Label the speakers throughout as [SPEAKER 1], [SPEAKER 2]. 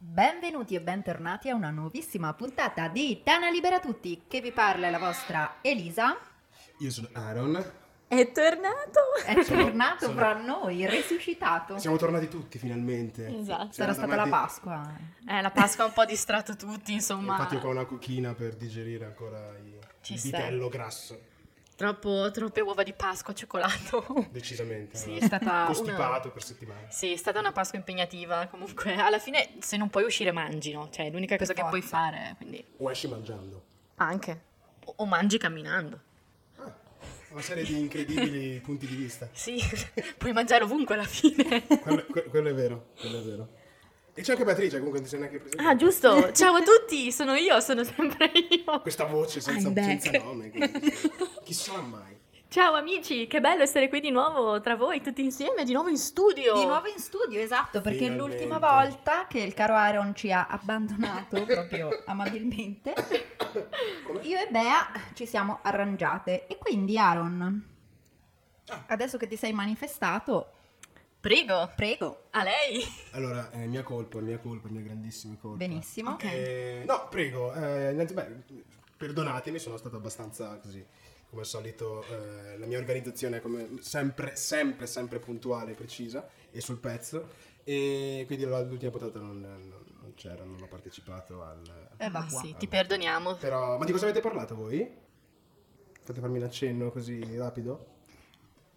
[SPEAKER 1] Benvenuti e bentornati a una nuovissima puntata di Tana Libera Tutti, che vi parla la vostra Elisa.
[SPEAKER 2] Io sono Aaron.
[SPEAKER 3] È tornato!
[SPEAKER 1] È
[SPEAKER 2] Sono-
[SPEAKER 1] tornato
[SPEAKER 2] sono-
[SPEAKER 1] fra noi, resuscitato.
[SPEAKER 2] Siamo tornati tutti finalmente.
[SPEAKER 1] Sarà
[SPEAKER 3] Esatto.
[SPEAKER 2] Siamo
[SPEAKER 1] stata la
[SPEAKER 2] tornati-
[SPEAKER 1] Pasqua.
[SPEAKER 3] Eh, la Pasqua ha un po' distratto tutti, insomma.
[SPEAKER 2] Infatti ho qua una cucchina per digerire ancora i-
[SPEAKER 3] Ci
[SPEAKER 2] il
[SPEAKER 3] sta.
[SPEAKER 2] vitello grasso,
[SPEAKER 3] Troppo, troppe uova di Pasqua, cioccolato.
[SPEAKER 2] decisamente.
[SPEAKER 3] Sì,
[SPEAKER 2] allora.
[SPEAKER 3] è stata una...
[SPEAKER 2] Costipato per settimane.
[SPEAKER 3] Sì, è stata una Pasqua impegnativa. Comunque, alla fine, se non puoi uscire, mangi, no? Cioè, è l'unica cosa che
[SPEAKER 1] forza.
[SPEAKER 3] puoi fare. Quindi...
[SPEAKER 2] O esci mangiando.
[SPEAKER 3] Anche. O, o mangi camminando.
[SPEAKER 2] Ah, una serie di incredibili punti di vista.
[SPEAKER 3] Sì, puoi mangiare ovunque alla fine.
[SPEAKER 2] Quello, que- quello è vero, quello è vero. E c'è anche Beatrice, comunque non ti sei neanche presentata.
[SPEAKER 3] Ah, giusto. Ciao a tutti, sono io, sono sempre io.
[SPEAKER 2] Questa voce senza,
[SPEAKER 3] I'm back.
[SPEAKER 2] senza nome. quindi- Chissà mai.
[SPEAKER 3] Ciao amici, che bello essere qui di nuovo tra voi, tutti insieme, di nuovo in studio.
[SPEAKER 1] Di nuovo in studio, esatto, perché
[SPEAKER 2] Finalmente.
[SPEAKER 1] l'ultima volta che il caro Aaron ci ha abbandonato proprio amabilmente,
[SPEAKER 2] Come?
[SPEAKER 1] io e Bea ci siamo arrangiate. E quindi Aaron,
[SPEAKER 2] Ah.
[SPEAKER 1] adesso che ti sei manifestato,
[SPEAKER 3] Prego,
[SPEAKER 1] prego,
[SPEAKER 3] a lei.
[SPEAKER 2] Allora, è mia colpa, mia colpa, mia grandissima colpa.
[SPEAKER 1] benissimo.
[SPEAKER 2] Eh, no, prego, eh, innanzi- beh, perdonatemi, sono stato abbastanza così. Come al solito, eh, la mia organizzazione è come sempre, sempre, sempre puntuale, precisa e sul pezzo. E quindi la- l'ultima puntata non, non- non c'era, non ho partecipato al.
[SPEAKER 1] E Eh, va
[SPEAKER 3] Ma
[SPEAKER 1] qua.
[SPEAKER 3] sì, ti perdoniamo.
[SPEAKER 2] Però, ma di cosa avete parlato voi? Fate farmi un accenno così rapido?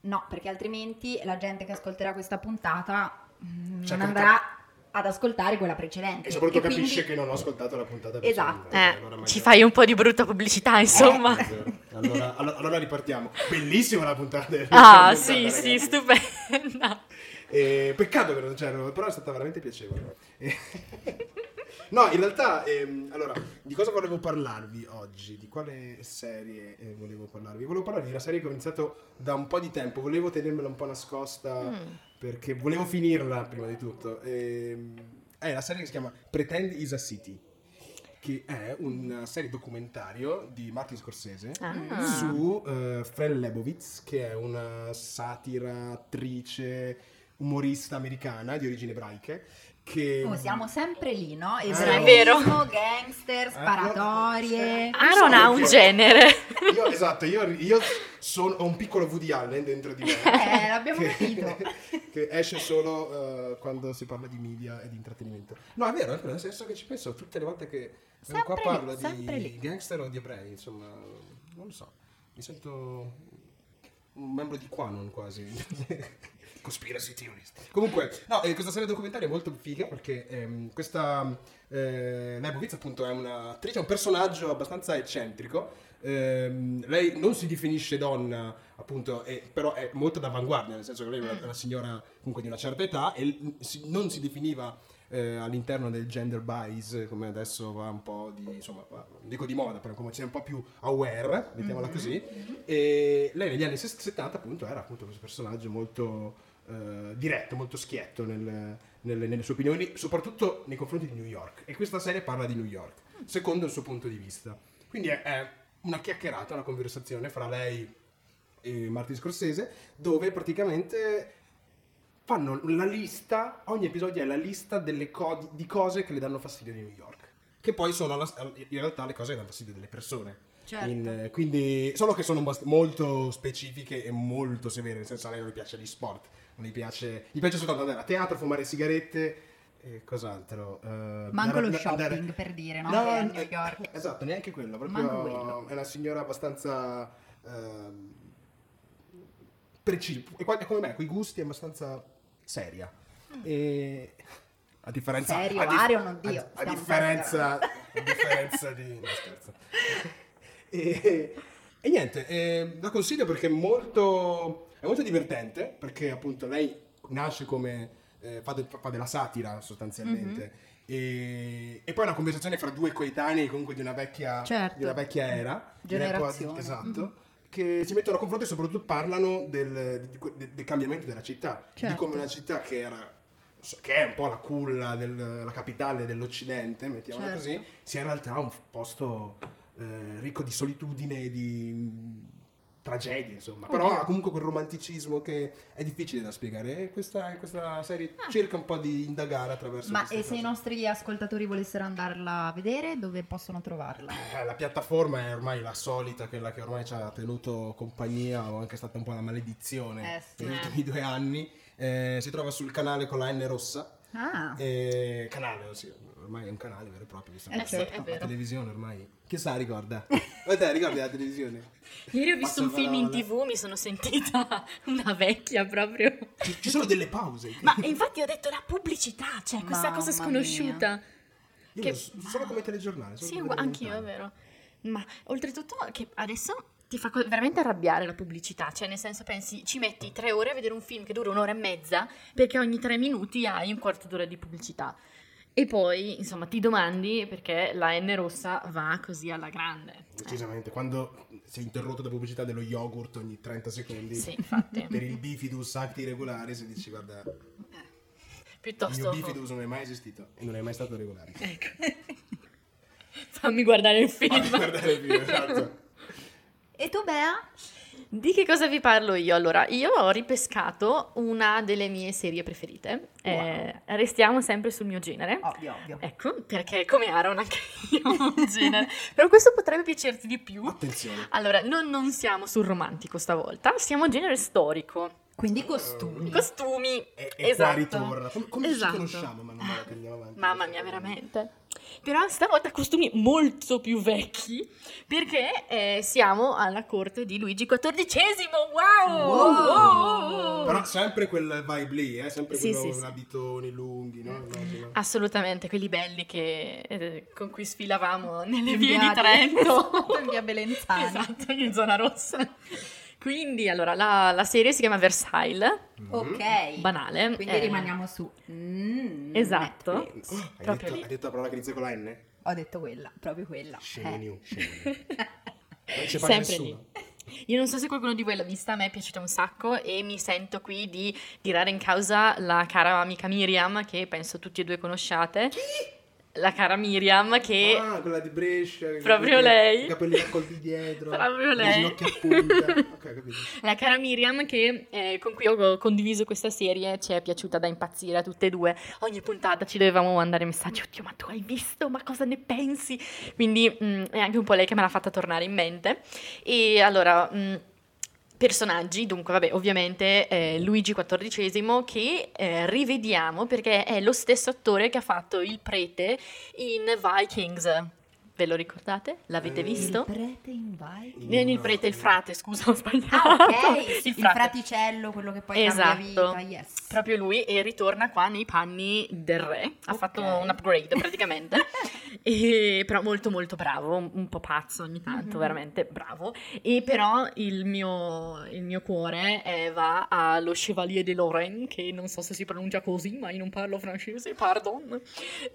[SPEAKER 1] No, perché altrimenti la gente che ascolterà questa puntata mm,
[SPEAKER 2] Cioè,
[SPEAKER 1] non
[SPEAKER 2] capita-
[SPEAKER 1] andrà ad ascoltare quella precedente.
[SPEAKER 2] E soprattutto
[SPEAKER 1] Eh, quindi-
[SPEAKER 2] capisce che non ho ascoltato la puntata
[SPEAKER 1] Esatto.
[SPEAKER 2] precedente,
[SPEAKER 3] Eh,
[SPEAKER 2] allora
[SPEAKER 3] ci
[SPEAKER 2] mangia-
[SPEAKER 3] fai un po' di brutta pubblicità,
[SPEAKER 2] Eh.
[SPEAKER 3] insomma.
[SPEAKER 2] Allora, allora- allora ripartiamo. Bellissima la puntata. della
[SPEAKER 3] Ah,
[SPEAKER 2] puntata,
[SPEAKER 3] sì, sì,
[SPEAKER 2] ragazzi.
[SPEAKER 3] stupenda.
[SPEAKER 2] Eh, peccato che non c'erano, però è stata veramente piacevole. Eh, no, in realtà, ehm, allora, di cosa volevo parlarvi oggi? Di quale serie eh, volevo parlarvi? Volevo parlarvi di una serie che ho iniziato da un po' di tempo, volevo tenermela un po' nascosta
[SPEAKER 3] Mm.
[SPEAKER 2] perché volevo finirla prima di tutto. Ehm, è la serie che si chiama Pretend is a City, che è una serie documentario di Martin Scorsese
[SPEAKER 3] Ah.
[SPEAKER 2] su eh, Fran Lebowitz, che è una satira, attrice, umorista americana di origini ebraiche. Che
[SPEAKER 1] Oh, siamo sempre lì, no?
[SPEAKER 2] Eh,
[SPEAKER 1] Ebraismo,
[SPEAKER 3] è vero.
[SPEAKER 1] gangster,
[SPEAKER 2] Eh, Ah,
[SPEAKER 1] sparatorie.
[SPEAKER 2] io-
[SPEAKER 3] Aaron ha un genere.
[SPEAKER 2] Io, esatto, io, io sono, ho un piccolo Woody Allen dentro di me.
[SPEAKER 1] Eh, l'abbiamo
[SPEAKER 2] che-
[SPEAKER 1] capito.
[SPEAKER 2] Che esce solo eh, quando si parla di media e di intrattenimento. No, è vero, è vero, nel senso che ci penso tutte le volte che vengo
[SPEAKER 1] Sempre
[SPEAKER 2] qua
[SPEAKER 1] lì,
[SPEAKER 2] parlo
[SPEAKER 1] sempre
[SPEAKER 2] di
[SPEAKER 1] lì.
[SPEAKER 2] gangster o di ebrei, insomma, non lo so. Mi sento un membro di Quanon quasi. Conspiracy theorist. Comunque, no, eh, questa serie documentaria è molto figa perché ehm, questa eh, Leibovitz appunto è un'attrice, è un personaggio abbastanza eccentrico. Ehm, lei non si definisce donna, appunto, e- però è molto d'avanguardia, nel senso che lei è una, una signora comunque di una certa età e l- si- non si definiva eh, all'interno del gender bias, come adesso va un po' di, insomma, va- non dico di moda, però come c'è un po' più aware, mettiamola così, e lei negli anni 70 appunto era appunto questo personaggio molto eh, diretto, molto schietto nel- nelle, nelle sue opinioni, soprattutto nei confronti di New York. E questa serie parla di New York, secondo il suo punto di vista. Quindi è, è una chiacchierata, una conversazione fra lei e Martin Scorsese, dove praticamente fanno la lista, ogni episodio è la lista delle co- di cose che le danno fastidio di New York, che poi sono alla- in realtà le cose che danno fastidio delle persone.
[SPEAKER 1] Certo.
[SPEAKER 2] In, eh, quindi, solo che sono bast- molto specifiche e molto severe, nel senso a lei non le piace gli sport, non le piace, gli piace soltanto andare a teatro, fumare sigarette e cos'altro. eh,
[SPEAKER 1] Manco
[SPEAKER 2] andare-
[SPEAKER 1] lo shopping,
[SPEAKER 2] andare-
[SPEAKER 1] per dire, no? Che è a New
[SPEAKER 2] eh,
[SPEAKER 1] York.
[SPEAKER 2] Esatto, neanche quello, proprio
[SPEAKER 1] Manco quello.
[SPEAKER 2] è una signora abbastanza ehm, precisa, e qua- è come me, con i gusti è abbastanza seria. E a differenza
[SPEAKER 1] Mm. Serio,
[SPEAKER 2] a
[SPEAKER 1] Arion, oddio,
[SPEAKER 2] a- a,
[SPEAKER 1] stiamo
[SPEAKER 2] differenza a differenza di no, scherzo. E, e niente, eh, la consiglio perché è molto, è molto divertente, perché appunto lei nasce come, eh, fa, de- fa della satira sostanzialmente,
[SPEAKER 1] Mm-hmm.
[SPEAKER 2] e, e poi è una conversazione fra due coetanei comunque di una vecchia,
[SPEAKER 1] Certo.
[SPEAKER 2] di una vecchia era, di un'epoca-
[SPEAKER 1] Generazione. Mm-hmm.
[SPEAKER 2] esatto, che si mettono a confronto e soprattutto parlano del, di que- de- del cambiamento della città, di
[SPEAKER 1] Certo.
[SPEAKER 2] come una città che era so- che è un po' la culla, del- la capitale dell'Occidente, mettiamola
[SPEAKER 1] Certo.
[SPEAKER 2] così, sia in realtà un posto eh, ricco di solitudine, di tragedie, insomma. Però ha comunque quel romanticismo che è difficile da spiegare. E questa, questa serie cerca un po' di indagare attraverso
[SPEAKER 1] Ah. Ma
[SPEAKER 2] queste
[SPEAKER 1] e se i
[SPEAKER 2] cose.
[SPEAKER 1] nostri ascoltatori volessero andarla a vedere, dove possono trovarla?
[SPEAKER 2] Eh, La piattaforma è ormai la solita, quella che ormai ci ha tenuto compagnia, o anche stata un po' la maledizione
[SPEAKER 1] Eh, sì.
[SPEAKER 2] negli
[SPEAKER 3] Eh.
[SPEAKER 2] ultimi due anni. Eh, si trova sul canale con la N rossa.
[SPEAKER 1] Ah,
[SPEAKER 2] Eh, canale, sì, ormai è un canale vero e proprio. visto
[SPEAKER 1] Eh,
[SPEAKER 2] che
[SPEAKER 1] sì,
[SPEAKER 2] la-
[SPEAKER 1] è
[SPEAKER 2] la
[SPEAKER 3] vero.
[SPEAKER 2] televisione ormai. Che sa, ricorda? Ma te ricordi la televisione?
[SPEAKER 3] Ieri ho visto un film in
[SPEAKER 2] Passaparola.
[SPEAKER 3] tv, mi sono sentita una vecchia proprio.
[SPEAKER 2] Ci, ci sono delle pause.
[SPEAKER 3] Ma infatti ho detto la pubblicità, cioè questa
[SPEAKER 1] Mamma
[SPEAKER 3] cosa sconosciuta.
[SPEAKER 2] Io
[SPEAKER 3] che-
[SPEAKER 2] lo so- Sono come telegiornale. sono
[SPEAKER 3] Sì,
[SPEAKER 2] come
[SPEAKER 3] ugua- anch'io, è
[SPEAKER 2] telegiornale.
[SPEAKER 3] vero. Ma oltretutto che adesso ti fa co- veramente arrabbiare la pubblicità, cioè nel senso pensi ci metti tre ore a vedere un film che dura un'ora e mezza perché ogni tre minuti hai un quarto d'ora di pubblicità. E poi, insomma, ti domandi perché la N rossa va così alla grande.
[SPEAKER 2] Decisamente, quando sei interrotto da pubblicità dello yogurt ogni 30 secondi
[SPEAKER 3] Eh, sì, infatti.
[SPEAKER 2] per il bifidus acti regolare, se dici guarda, il mio
[SPEAKER 3] Piuttosto
[SPEAKER 2] bifidus non è mai esistito e non è mai stato regolare.
[SPEAKER 3] Ecco. Fammi guardare il film.
[SPEAKER 2] Guardare più, esatto.
[SPEAKER 1] e tu Bea?
[SPEAKER 3] Di che cosa vi parlo io? Allora, io ho ripescato una delle mie serie preferite.
[SPEAKER 1] Wow.
[SPEAKER 3] Eh, restiamo sempre sul mio genere.
[SPEAKER 1] Ovvio, ovvio.
[SPEAKER 3] Ecco, perché come Aaron anche io ho un genere. Però questo potrebbe piacerti di più.
[SPEAKER 2] Attenzione.
[SPEAKER 3] Allora, non, non siamo sul romantico stavolta, siamo genere storico.
[SPEAKER 2] Eh,
[SPEAKER 1] Quindi costumi.
[SPEAKER 3] Costumi.
[SPEAKER 2] E, e qua
[SPEAKER 3] esatto.
[SPEAKER 2] ritorna. Come, come
[SPEAKER 3] Esatto.
[SPEAKER 2] ci conosciamo, ma non me la prendiamo avanti.
[SPEAKER 3] Mamma mia, veramente. Però stavolta costumi molto più vecchi perché eh, siamo alla corte di Luigi XIV. Wow!
[SPEAKER 1] Wow!
[SPEAKER 3] Oh, oh, oh.
[SPEAKER 2] Però sempre quel vibe lì, eh? sempre
[SPEAKER 3] Sì,
[SPEAKER 2] quello
[SPEAKER 3] sì,
[SPEAKER 2] con
[SPEAKER 3] sì. Ah.
[SPEAKER 2] abitoni lunghi, no? Immagino.
[SPEAKER 3] Assolutamente, quelli belli che, eh, con cui sfilavamo nelle
[SPEAKER 1] In
[SPEAKER 3] vie
[SPEAKER 1] via
[SPEAKER 3] di Trento.
[SPEAKER 1] esatto, in via Belenzani.
[SPEAKER 3] Esatto, in zona rossa. Quindi, allora, la, la serie si chiama Versailles,
[SPEAKER 2] mm-hmm.
[SPEAKER 1] Ok.
[SPEAKER 3] banale.
[SPEAKER 1] Quindi
[SPEAKER 3] eh,
[SPEAKER 1] rimaniamo su. Mm,
[SPEAKER 3] Esatto.
[SPEAKER 1] Netflix.
[SPEAKER 2] Oh, hai,
[SPEAKER 3] Proprio
[SPEAKER 2] detto,
[SPEAKER 3] lì.
[SPEAKER 2] hai detto la parola che inizia con la N?
[SPEAKER 1] Ho detto quella, proprio quella.
[SPEAKER 2] Scemo
[SPEAKER 1] Eh.
[SPEAKER 2] new, scemo new. Non ci parla
[SPEAKER 3] Sempre
[SPEAKER 2] nessuno.
[SPEAKER 3] lì. Io non so se qualcuno di voi l'ha vista, a me è piaciuta un sacco e mi sento qui di tirare in causa la cara amica Miriam, che penso tutti e due conosciate. La cara Miriam che...
[SPEAKER 2] Ah, quella di Brescia. che-
[SPEAKER 3] Proprio
[SPEAKER 2] che-
[SPEAKER 3] lei.
[SPEAKER 2] I capelli raccolti dietro.
[SPEAKER 3] Proprio
[SPEAKER 2] le
[SPEAKER 3] lei.
[SPEAKER 2] ginocchia a punta. Ok, capito.
[SPEAKER 3] La cara Miriam che, eh, con cui ho condiviso questa serie ci è piaciuta da impazzire a tutte e due. Ogni puntata ci dovevamo mandare messaggi, oddio ma tu hai visto, ma cosa ne pensi? Quindi mm, è anche un po' lei che me l'ha fatta tornare in mente. E allora... mm, Personaggi, dunque, vabbè, ovviamente eh, Luigi XIV che eh, rivediamo perché è lo stesso attore che ha fatto il prete in Vikings. Ve lo ricordate? L'avete
[SPEAKER 2] Eh,
[SPEAKER 3] visto?
[SPEAKER 1] Il prete in vai.
[SPEAKER 3] Non il prete, il frate, scusa, ho sbagliato.
[SPEAKER 1] Ah, ok. il,
[SPEAKER 3] Il frate.
[SPEAKER 1] fraticello, quello che poi
[SPEAKER 3] Esatto.
[SPEAKER 1] cambia vita. Yes.
[SPEAKER 3] Proprio lui e ritorna qua nei panni del re. Ha
[SPEAKER 1] Ok.
[SPEAKER 3] fatto un upgrade praticamente. E- però molto molto bravo, un un po' pazzo ogni tanto,
[SPEAKER 1] Mhm.
[SPEAKER 3] veramente bravo. E però il mio, il mio cuore eh, va allo Chevalier de Lorraine, che non so se si pronuncia così, ma io non parlo francese, pardon.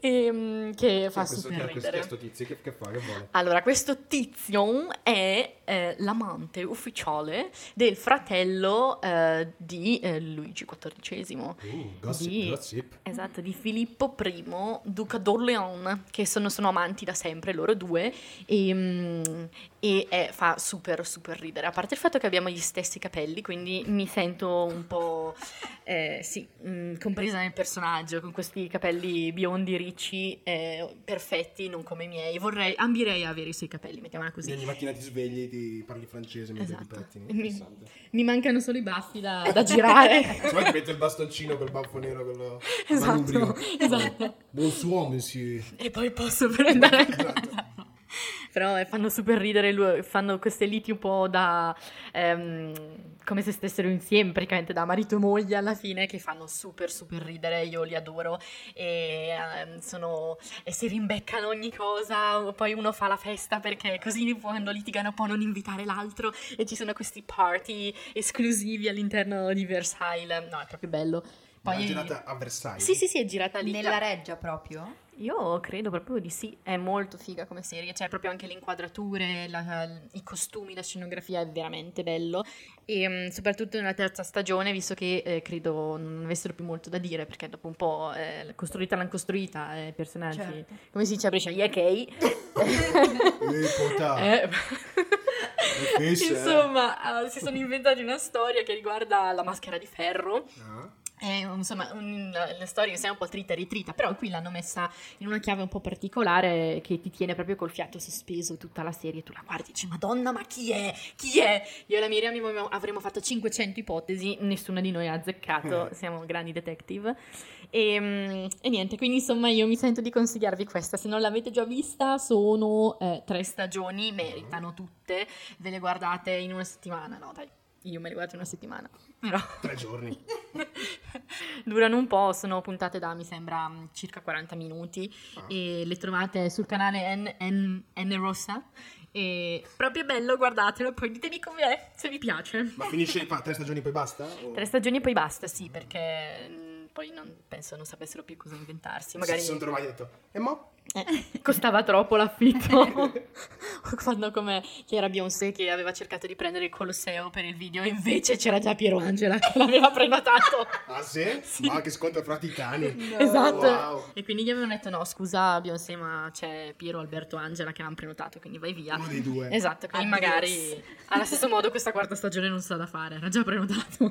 [SPEAKER 3] Ehm, che fa
[SPEAKER 2] Cioè, questo, eh,
[SPEAKER 3] super
[SPEAKER 2] questo,
[SPEAKER 3] ridere.
[SPEAKER 2] questo tizio che, che fa, che vuole?
[SPEAKER 3] Allora, questo tizio è eh, l'amante ufficiale del fratello eh, di eh, Luigi XIV.
[SPEAKER 2] Uh, gossip,
[SPEAKER 3] Sì.
[SPEAKER 2] gossip.
[SPEAKER 3] Esatto, di Filippo I, duca d'Orléans, che sono, sono amanti da sempre loro due e, mm, e è- fa super super ridere. A parte il fatto che abbiamo gli stessi capelli, quindi mi sento un po' eh, sì, mm, compresa nel personaggio, con questi capelli biondi, ricci, eh, perfetti, non come i miei. Vorrei, ambirei a avere i suoi capelli, mettiamola
[SPEAKER 2] Quindi
[SPEAKER 3] così.
[SPEAKER 2] Ogni mattina ti svegli e ti parli francese mentre
[SPEAKER 3] Esatto.
[SPEAKER 2] ti pettini.
[SPEAKER 3] Mi-
[SPEAKER 2] Interessante.
[SPEAKER 3] Mi mancano solo i baffi da, da girare.
[SPEAKER 2] Se no ti metto il bastoncino col baffo nero, quello
[SPEAKER 3] Esatto,
[SPEAKER 2] manubrio.
[SPEAKER 3] esatto.
[SPEAKER 2] Oh, Bonsoir, monsieur.
[SPEAKER 3] E poi posso prendere a
[SPEAKER 2] Esatto.
[SPEAKER 3] casa. Però eh, fanno super ridere, lui- fanno queste liti un po' da... ehm, come se stessero insieme, praticamente da marito e moglie alla fine, che fanno super super ridere, io li adoro. E, ehm, sono, e si rimbeccano ogni cosa, poi uno fa la festa perché così quando litigano può non invitare l'altro e ci sono questi party esclusivi all'interno di Versailles. No, è proprio bello.
[SPEAKER 2] Poi...
[SPEAKER 3] Poi...
[SPEAKER 2] La girata a Versailles.
[SPEAKER 3] Sì, sì, sì, è girata lì.
[SPEAKER 1] Nella reggia proprio?
[SPEAKER 3] Io credo proprio di sì, è molto figa come serie, c'è proprio anche le inquadrature, la- i costumi, la scenografia, è veramente bello e mm, soprattutto nella terza stagione, visto che eh, credo non avessero più molto da dire perché dopo un po' eh, costruita l'hanno costruita, eh, personaggi,
[SPEAKER 1] Certo.
[SPEAKER 3] come si dice a Brescia, gli ok,
[SPEAKER 2] Eh, potà.
[SPEAKER 3] eh,
[SPEAKER 2] Fish, eh.
[SPEAKER 3] Insomma, allora, si sono inventati una storia che riguarda la maschera di ferro.
[SPEAKER 2] Ah.
[SPEAKER 3] È, insomma, un- la la storia è un po' trita e ritrita, però qui l'hanno messa in una chiave un po' particolare che ti tiene proprio col fiato sospeso tutta la serie. Tu la guardi e dici, Madonna, ma chi è? Chi è? Io e la Miriam abbiamo- avremmo fatto 500 ipotesi, nessuna di noi ha azzeccato, siamo grandi detective. E, mm, e niente, quindi insomma io mi sento di consigliarvi questa, se non l'avete già vista sono eh, tre stagioni, meritano tutte, ve le guardate in una settimana, no dai, io me le guardo in una settimana, però...
[SPEAKER 2] Tre giorni.
[SPEAKER 3] Durano un po', sono puntate da mi sembra mh, circa 40 minuti
[SPEAKER 2] Ah.
[SPEAKER 3] e le trovate sul canale N, N- N Rossa. E proprio bello, guardatelo, poi ditemi com'è, se vi piace.
[SPEAKER 2] Ma finisce, fa tre stagioni e poi basta? O-
[SPEAKER 3] Tre stagioni e poi basta, sì, perché mh, poi non, penso non sapessero più cosa inventarsi. Magari
[SPEAKER 2] Si sono trovati e ho detto, e mo?
[SPEAKER 3] eh, costava troppo l'affitto. Quando come c'era Beyoncé che aveva cercato di prendere il Colosseo per il video, invece c'era già Piero Angela che l'aveva prenotato.
[SPEAKER 2] Ah sì? Ma che scontro fra titani.
[SPEAKER 3] Esatto.
[SPEAKER 2] Wow.
[SPEAKER 3] E quindi gli avevano detto: no, scusa, Beyoncé, ma c'è Piero, Alberto, Angela che l'hanno prenotato, quindi vai via.
[SPEAKER 2] Uno dei due.
[SPEAKER 3] Esatto, quindi
[SPEAKER 1] Addios.
[SPEAKER 3] magari allo stesso modo questa quarta stagione non sa da fare, era già prenotato.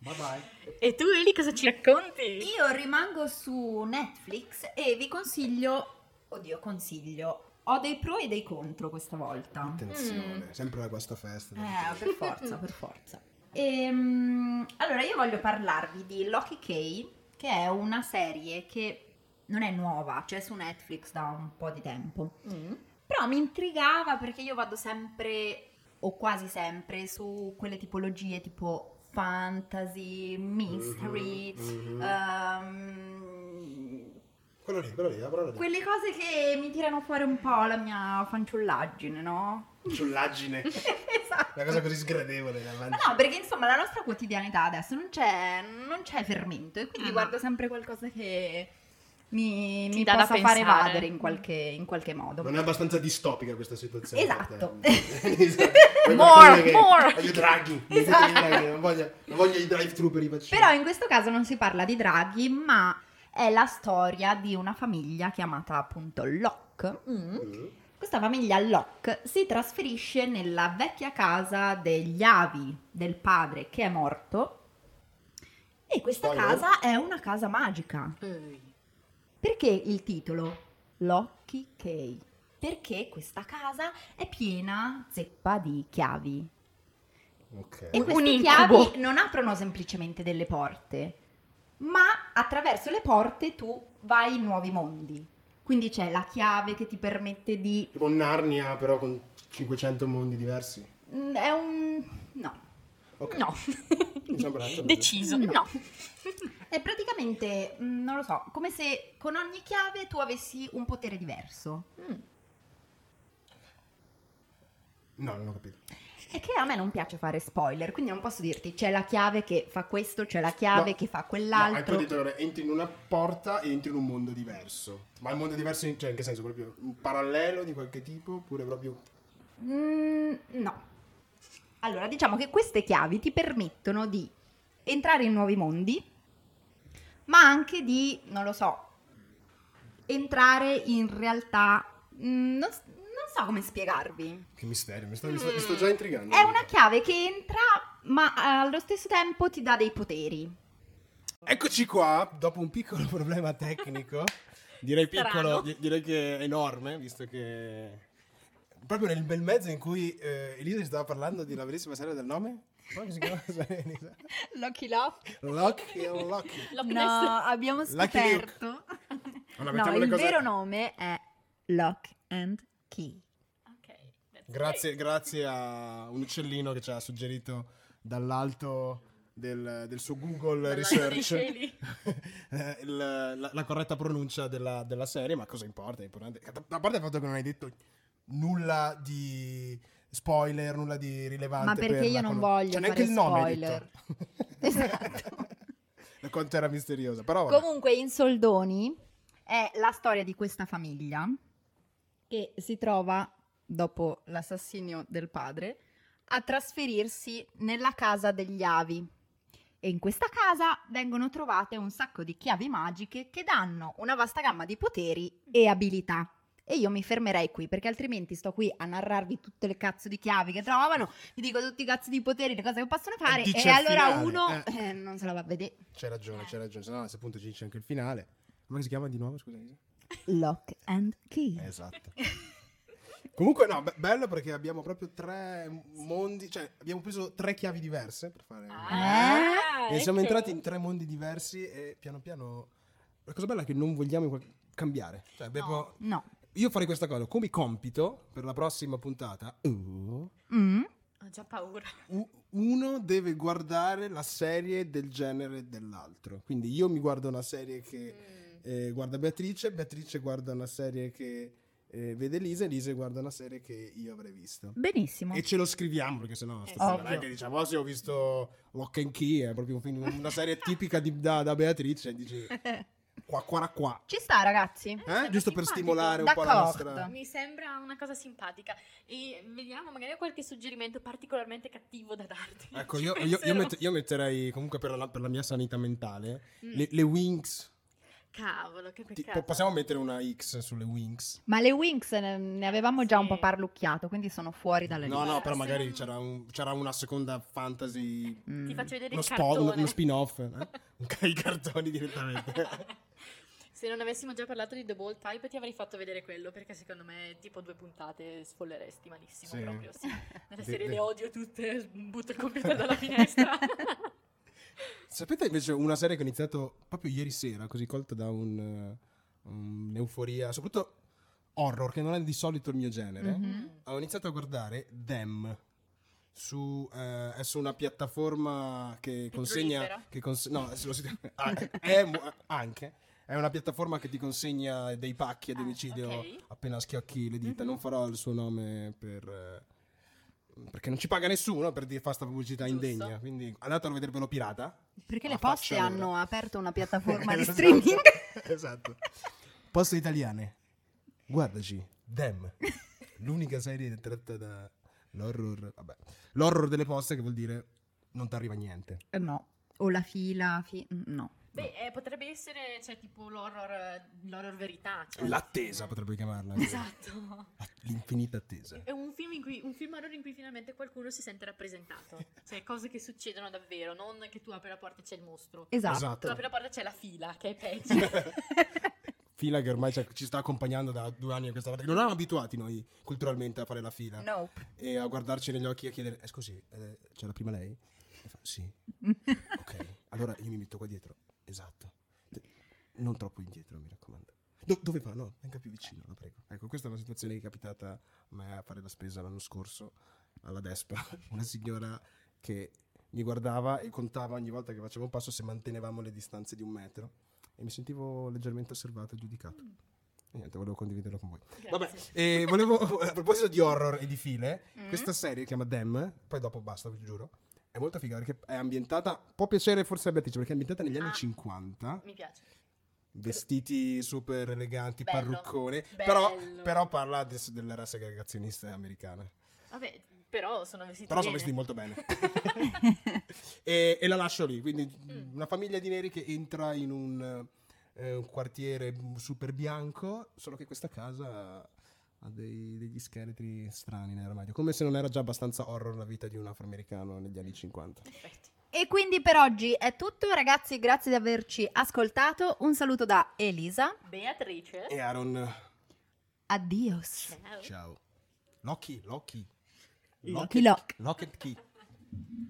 [SPEAKER 2] Bye bye.
[SPEAKER 3] e tu, Eli, cosa ci racconti?
[SPEAKER 1] Io rimango su Netflix e vi consiglio, oddio, consiglio, ho dei pro e dei contro questa volta.
[SPEAKER 2] Attenzione, sempre la guasta festa.
[SPEAKER 1] Eh, per forza, per forza. Ehm, allora, io voglio parlarvi di Loki K, che è una serie che non è nuova, c'è su Netflix da un po' di tempo.
[SPEAKER 3] Mm,
[SPEAKER 1] Però mi intrigava perché io vado sempre, o quasi sempre, su quelle tipologie tipo fantasy, mystery,
[SPEAKER 2] Mhm, mhm.
[SPEAKER 3] eh,
[SPEAKER 1] ehm,
[SPEAKER 2] Quello lì, quello lì, la parola lì.
[SPEAKER 1] quelle cose che mi tirano fuori un po' la mia fanciullaggine, no?
[SPEAKER 2] Ciullaggine.
[SPEAKER 1] esatto.
[SPEAKER 2] Una cosa così sgradevole davanti.
[SPEAKER 1] Ma no, perché insomma la nostra quotidianità adesso non c'è, non c'è fermento e quindi
[SPEAKER 3] Ah, no.
[SPEAKER 1] guardo sempre qualcosa che mi,
[SPEAKER 3] Ti
[SPEAKER 1] mi
[SPEAKER 3] dà da
[SPEAKER 1] possa fare
[SPEAKER 3] pensare.
[SPEAKER 1] evadere in qualche, in qualche modo.
[SPEAKER 2] Non è abbastanza distopica questa situazione.
[SPEAKER 1] Esatto.
[SPEAKER 2] Esatto.
[SPEAKER 3] More,
[SPEAKER 2] Che-
[SPEAKER 3] more.
[SPEAKER 2] Voglio draghi.
[SPEAKER 1] Esatto.
[SPEAKER 2] Non, voglio, non voglio i drive-thru per i vaccini.
[SPEAKER 1] Però in questo caso non si parla di draghi, ma è la storia di una famiglia chiamata appunto Locke.
[SPEAKER 2] Mm.
[SPEAKER 1] Questa famiglia Locke si trasferisce nella vecchia casa degli avi del padre che è morto. E questa
[SPEAKER 2] Spoiler.
[SPEAKER 1] casa è una casa magica. Perché il titolo? Locky Key. Perché questa casa è piena zeppa di chiavi.
[SPEAKER 2] Ok.
[SPEAKER 1] E
[SPEAKER 3] Un
[SPEAKER 1] queste
[SPEAKER 3] incubo.
[SPEAKER 1] chiavi non aprono semplicemente delle porte, ma attraverso le porte tu vai in nuovi mondi. Quindi c'è la chiave che ti permette di...
[SPEAKER 2] Tipo Narnia, però con 500 mondi diversi.
[SPEAKER 1] Mm, È un... no.
[SPEAKER 2] Ok.
[SPEAKER 3] No,
[SPEAKER 2] Mi sembra anche
[SPEAKER 3] deciso,
[SPEAKER 1] No.
[SPEAKER 3] no.
[SPEAKER 1] È praticamente, mm, non lo so, come se con ogni chiave tu avessi un potere diverso.
[SPEAKER 2] No, non ho capito.
[SPEAKER 1] È che a me non piace fare spoiler, quindi non posso dirti c'è la chiave che fa questo, c'è la chiave
[SPEAKER 2] No.
[SPEAKER 1] Ah, che fa
[SPEAKER 2] No, hai
[SPEAKER 1] quell'altro.
[SPEAKER 2] detto allora, entri in una porta e entri in un mondo diverso. Ma il mondo diverso, in- cioè in che senso? Proprio un parallelo di qualche tipo? Oppure proprio...
[SPEAKER 1] Mm, no. Allora, diciamo che queste chiavi ti permettono di entrare in nuovi mondi, ma anche di, non lo so, entrare in realtà... mm, non, s- non so come spiegarvi.
[SPEAKER 2] Che misterio, mi sto, mi sto- mi sto già intrigando.
[SPEAKER 1] Mm. È una chiave che entra, ma eh, allo stesso tempo ti dà dei poteri.
[SPEAKER 2] Eccoci qua, dopo un piccolo problema tecnico, direi
[SPEAKER 3] Strano.
[SPEAKER 2] piccolo, di- direi che è enorme, visto che proprio nel bel mezzo in cui eh, Elisa ci stava parlando della bellissima serie del nome, come si chiama? Elisa?
[SPEAKER 1] Lucky Love.
[SPEAKER 2] Lucky e Lucky.
[SPEAKER 3] Loch
[SPEAKER 1] No,
[SPEAKER 3] Ness.
[SPEAKER 1] abbiamo
[SPEAKER 2] Lucky Luke.
[SPEAKER 1] scoperto.
[SPEAKER 2] Allora,
[SPEAKER 1] no,
[SPEAKER 2] mettiamo le
[SPEAKER 1] il
[SPEAKER 2] cose-
[SPEAKER 1] vero nome è Lock and Key.
[SPEAKER 3] Ok, that's
[SPEAKER 2] Grazie, grazie a un uccellino che ci ha suggerito dall'alto del, del suo Google
[SPEAKER 3] great.
[SPEAKER 2] Research
[SPEAKER 3] Dall'alto di cieli.
[SPEAKER 2] eh, il- la, la corretta pronuncia della, della serie, ma cosa importa? è importante- Da, da parte il fatto che non hai detto nulla di spoiler, nulla di rilevante.
[SPEAKER 1] Ma perché
[SPEAKER 2] per la
[SPEAKER 1] io non
[SPEAKER 2] conos-
[SPEAKER 1] voglio
[SPEAKER 2] Cioè, neanche
[SPEAKER 1] fare
[SPEAKER 2] il nome hai
[SPEAKER 1] spoiler.
[SPEAKER 2] detto.
[SPEAKER 1] Esatto.
[SPEAKER 2] E Quanto era misteriosa, però vabbè.
[SPEAKER 1] Comunque, in soldoni è la storia di questa famiglia che si trova, dopo l'assassinio del padre, a trasferirsi nella casa degli avi. E in questa casa vengono trovate un sacco di chiavi magiche che danno una vasta gamma di poteri e abilità. E io mi fermerei qui perché altrimenti sto qui a narrarvi tutte le cazzo di chiavi che trovano, vi dico tutti i cazzo di poteri, le cose che possono fare e,
[SPEAKER 2] dici al
[SPEAKER 1] allora
[SPEAKER 2] finale,
[SPEAKER 1] uno
[SPEAKER 2] eh.
[SPEAKER 1] eh, non se la va a vedere.
[SPEAKER 2] C'è ragione, c'è ragione. Se no, a questo punto ci dice anche il finale. Come si chiama di nuovo? Scusa, Isa?
[SPEAKER 1] Lock and key.
[SPEAKER 2] Esatto. Comunque no, be- bello perché abbiamo proprio tre mondi, cioè abbiamo preso tre chiavi diverse per fare...
[SPEAKER 3] Ah,
[SPEAKER 2] Eh? e siamo
[SPEAKER 3] ecco.
[SPEAKER 2] entrati in tre mondi diversi e piano piano... La cosa bella è che non vogliamo qual- cambiare. Cioè, abbiamo-
[SPEAKER 1] No.
[SPEAKER 2] Io farei questa cosa, come compito per la prossima puntata, uh,
[SPEAKER 1] Mm.
[SPEAKER 3] Ho già paura.
[SPEAKER 2] u- uno deve guardare la serie del genere dell'altro. Quindi io mi guardo una serie che eh, guarda Beatrice, Beatrice guarda una serie che eh, vede Lisa e Lisa guarda una serie che io avrei visto.
[SPEAKER 1] Benissimo.
[SPEAKER 2] E ce lo scriviamo perché sennò sto
[SPEAKER 3] Eh,
[SPEAKER 2] qua, non
[SPEAKER 1] ovvio.
[SPEAKER 2] è che diciamo, "Oh, sì, ho visto Lock and Key, è proprio un film- una serie tipica di- da, da Beatrice, e dici qua qua qua.
[SPEAKER 1] Ci sta ragazzi.
[SPEAKER 2] Eh? Giusto per
[SPEAKER 3] simpatico.
[SPEAKER 2] stimolare un po' la
[SPEAKER 1] D'accordo.
[SPEAKER 2] nostra...
[SPEAKER 3] Mi sembra una cosa simpatica. E vediamo, magari ho qualche suggerimento particolarmente cattivo da darti. Cioè,
[SPEAKER 2] Ecco,
[SPEAKER 3] Ci
[SPEAKER 2] io, io- io
[SPEAKER 3] penserò.
[SPEAKER 2] mette- io metterei comunque per la, per la mia sanità mentale
[SPEAKER 3] Mm.
[SPEAKER 2] le, le Winx.
[SPEAKER 3] Cavolo, che
[SPEAKER 2] Ti-
[SPEAKER 3] peccato.
[SPEAKER 2] po- possiamo mettere una X sulle Winx?
[SPEAKER 1] Ma le Wings ne ne avevamo già un
[SPEAKER 3] Sì.
[SPEAKER 1] po' parlucchiato, quindi sono fuori dalla
[SPEAKER 2] No,
[SPEAKER 1] lista.
[SPEAKER 2] no, però
[SPEAKER 3] Sì.
[SPEAKER 2] magari c'era, un- c'era una seconda fantasy.
[SPEAKER 1] Mm.
[SPEAKER 3] Ti faccio vedere
[SPEAKER 2] Uno,
[SPEAKER 3] il
[SPEAKER 2] spo-
[SPEAKER 3] cartone.
[SPEAKER 2] uno spin-off. eh? Ok, I cartoni direttamente.
[SPEAKER 3] Se non avessimo già parlato di The Ball Type ti avrei fatto vedere quello perché secondo me tipo due puntate sfolleresti malissimo
[SPEAKER 2] Sì.
[SPEAKER 3] proprio. Sì.
[SPEAKER 2] De-
[SPEAKER 3] Nella serie
[SPEAKER 2] de-
[SPEAKER 3] le odio tutte, butto il computer dalla finestra.
[SPEAKER 2] Sapete invece una serie che ho iniziato proprio ieri sera, così colta da un, eh, un'euforia, soprattutto horror, che non è di solito il mio genere.
[SPEAKER 3] Mm.
[SPEAKER 1] Mhm.
[SPEAKER 2] Ho iniziato a guardare Them. Su, eh, è su una piattaforma che consegna.
[SPEAKER 3] Petrolifera?
[SPEAKER 2] Che cons- no, se lo si- ah, è mo- anche. È una piattaforma che ti consegna dei pacchi a
[SPEAKER 3] Ah,
[SPEAKER 2] domicilio
[SPEAKER 3] ok.
[SPEAKER 2] appena schiocchi le dita.
[SPEAKER 3] Mhm.
[SPEAKER 2] Non farò il suo nome per. eh, perché non ci paga nessuno per dire fa sta pubblicità
[SPEAKER 3] Giusto.
[SPEAKER 2] indegna. Quindi andatelo a vedervelo pirata.
[SPEAKER 1] Perché
[SPEAKER 2] Ah,
[SPEAKER 1] le poste
[SPEAKER 2] faccia
[SPEAKER 1] hanno
[SPEAKER 2] allora.
[SPEAKER 1] aperto una piattaforma di
[SPEAKER 2] Esatto.
[SPEAKER 1] streaming.
[SPEAKER 2] esatto. Poste italiane. Guardaci, Dem. L'unica serie tratta da l'horror, vabbè. L'horror delle poste che vuol dire non ti arriva niente.
[SPEAKER 1] Eh, no. O la fila, fi- mm, no.
[SPEAKER 3] Beh, eh, potrebbe essere cioè, tipo l'horror, l'horror verità. cioè-
[SPEAKER 1] Eh.
[SPEAKER 2] L'attesa potrebbe chiamarla.
[SPEAKER 3] Esatto.
[SPEAKER 2] L'infinita attesa.
[SPEAKER 3] È un film, in cui, un film horror in cui finalmente qualcuno si sente rappresentato. Cioè, cose che succedono davvero, non che tu apri la porta e c'è il mostro.
[SPEAKER 1] Esatto.
[SPEAKER 2] Esatto.
[SPEAKER 3] Tu apri la porta e c'è la fila, che è peggio.
[SPEAKER 2] Fila che ormai ci ci sta accompagnando da due anni a questa parte. Non eravamo abituati noi culturalmente a fare la fila
[SPEAKER 1] Nope.
[SPEAKER 2] e a guardarci negli occhi e a chiedere: eh, scusi, eh, c'era prima lei? E fa, sì. Ok, allora io mi metto qua dietro. Esatto. D- Non troppo indietro, mi raccomando. Do- dove va? No, venga più vicino, la prego. Ecco, questa è una situazione che è capitata a me a fare la spesa l'anno scorso alla Despa. Una signora che mi guardava e contava ogni volta che facevo un passo se mantenevamo le distanze di un metro e mi sentivo leggermente osservato e giudicato. E niente, volevo condividerlo con voi.
[SPEAKER 3] Grazie.
[SPEAKER 2] Vabbè, e volevo, a proposito di horror e di file,
[SPEAKER 3] Mm.
[SPEAKER 2] questa serie che si chiama Dem, poi dopo basta, vi giuro, è molto figa perché è ambientata, può piacere forse a Beatrice perché è ambientata negli anni
[SPEAKER 3] Ah.
[SPEAKER 2] 50,
[SPEAKER 3] Mi piace.
[SPEAKER 2] vestiti super eleganti,
[SPEAKER 3] Bello.
[SPEAKER 2] parruccone,
[SPEAKER 3] Bello.
[SPEAKER 2] però, però parla adesso dell'era segregazionista americana.
[SPEAKER 3] Vabbè, però sono vestiti
[SPEAKER 2] Però sono
[SPEAKER 3] bene.
[SPEAKER 2] vestiti molto bene. e, e la lascio lì. Quindi una famiglia di neri che entra in un, eh, un quartiere super bianco, solo che questa casa ha dei- degli scheletri strani nell'armadio. Come se non era già abbastanza horror la vita di un afroamericano negli anni 50.
[SPEAKER 3] Perfetto.
[SPEAKER 1] E quindi per oggi è tutto, ragazzi. Grazie di averci ascoltato. Un saluto da Elisa.
[SPEAKER 3] Beatrice.
[SPEAKER 2] E Aaron,
[SPEAKER 1] Addios.
[SPEAKER 3] Ciao.
[SPEAKER 2] ciao. Loki, Loki.
[SPEAKER 1] Loki Lock.
[SPEAKER 2] Lock and key.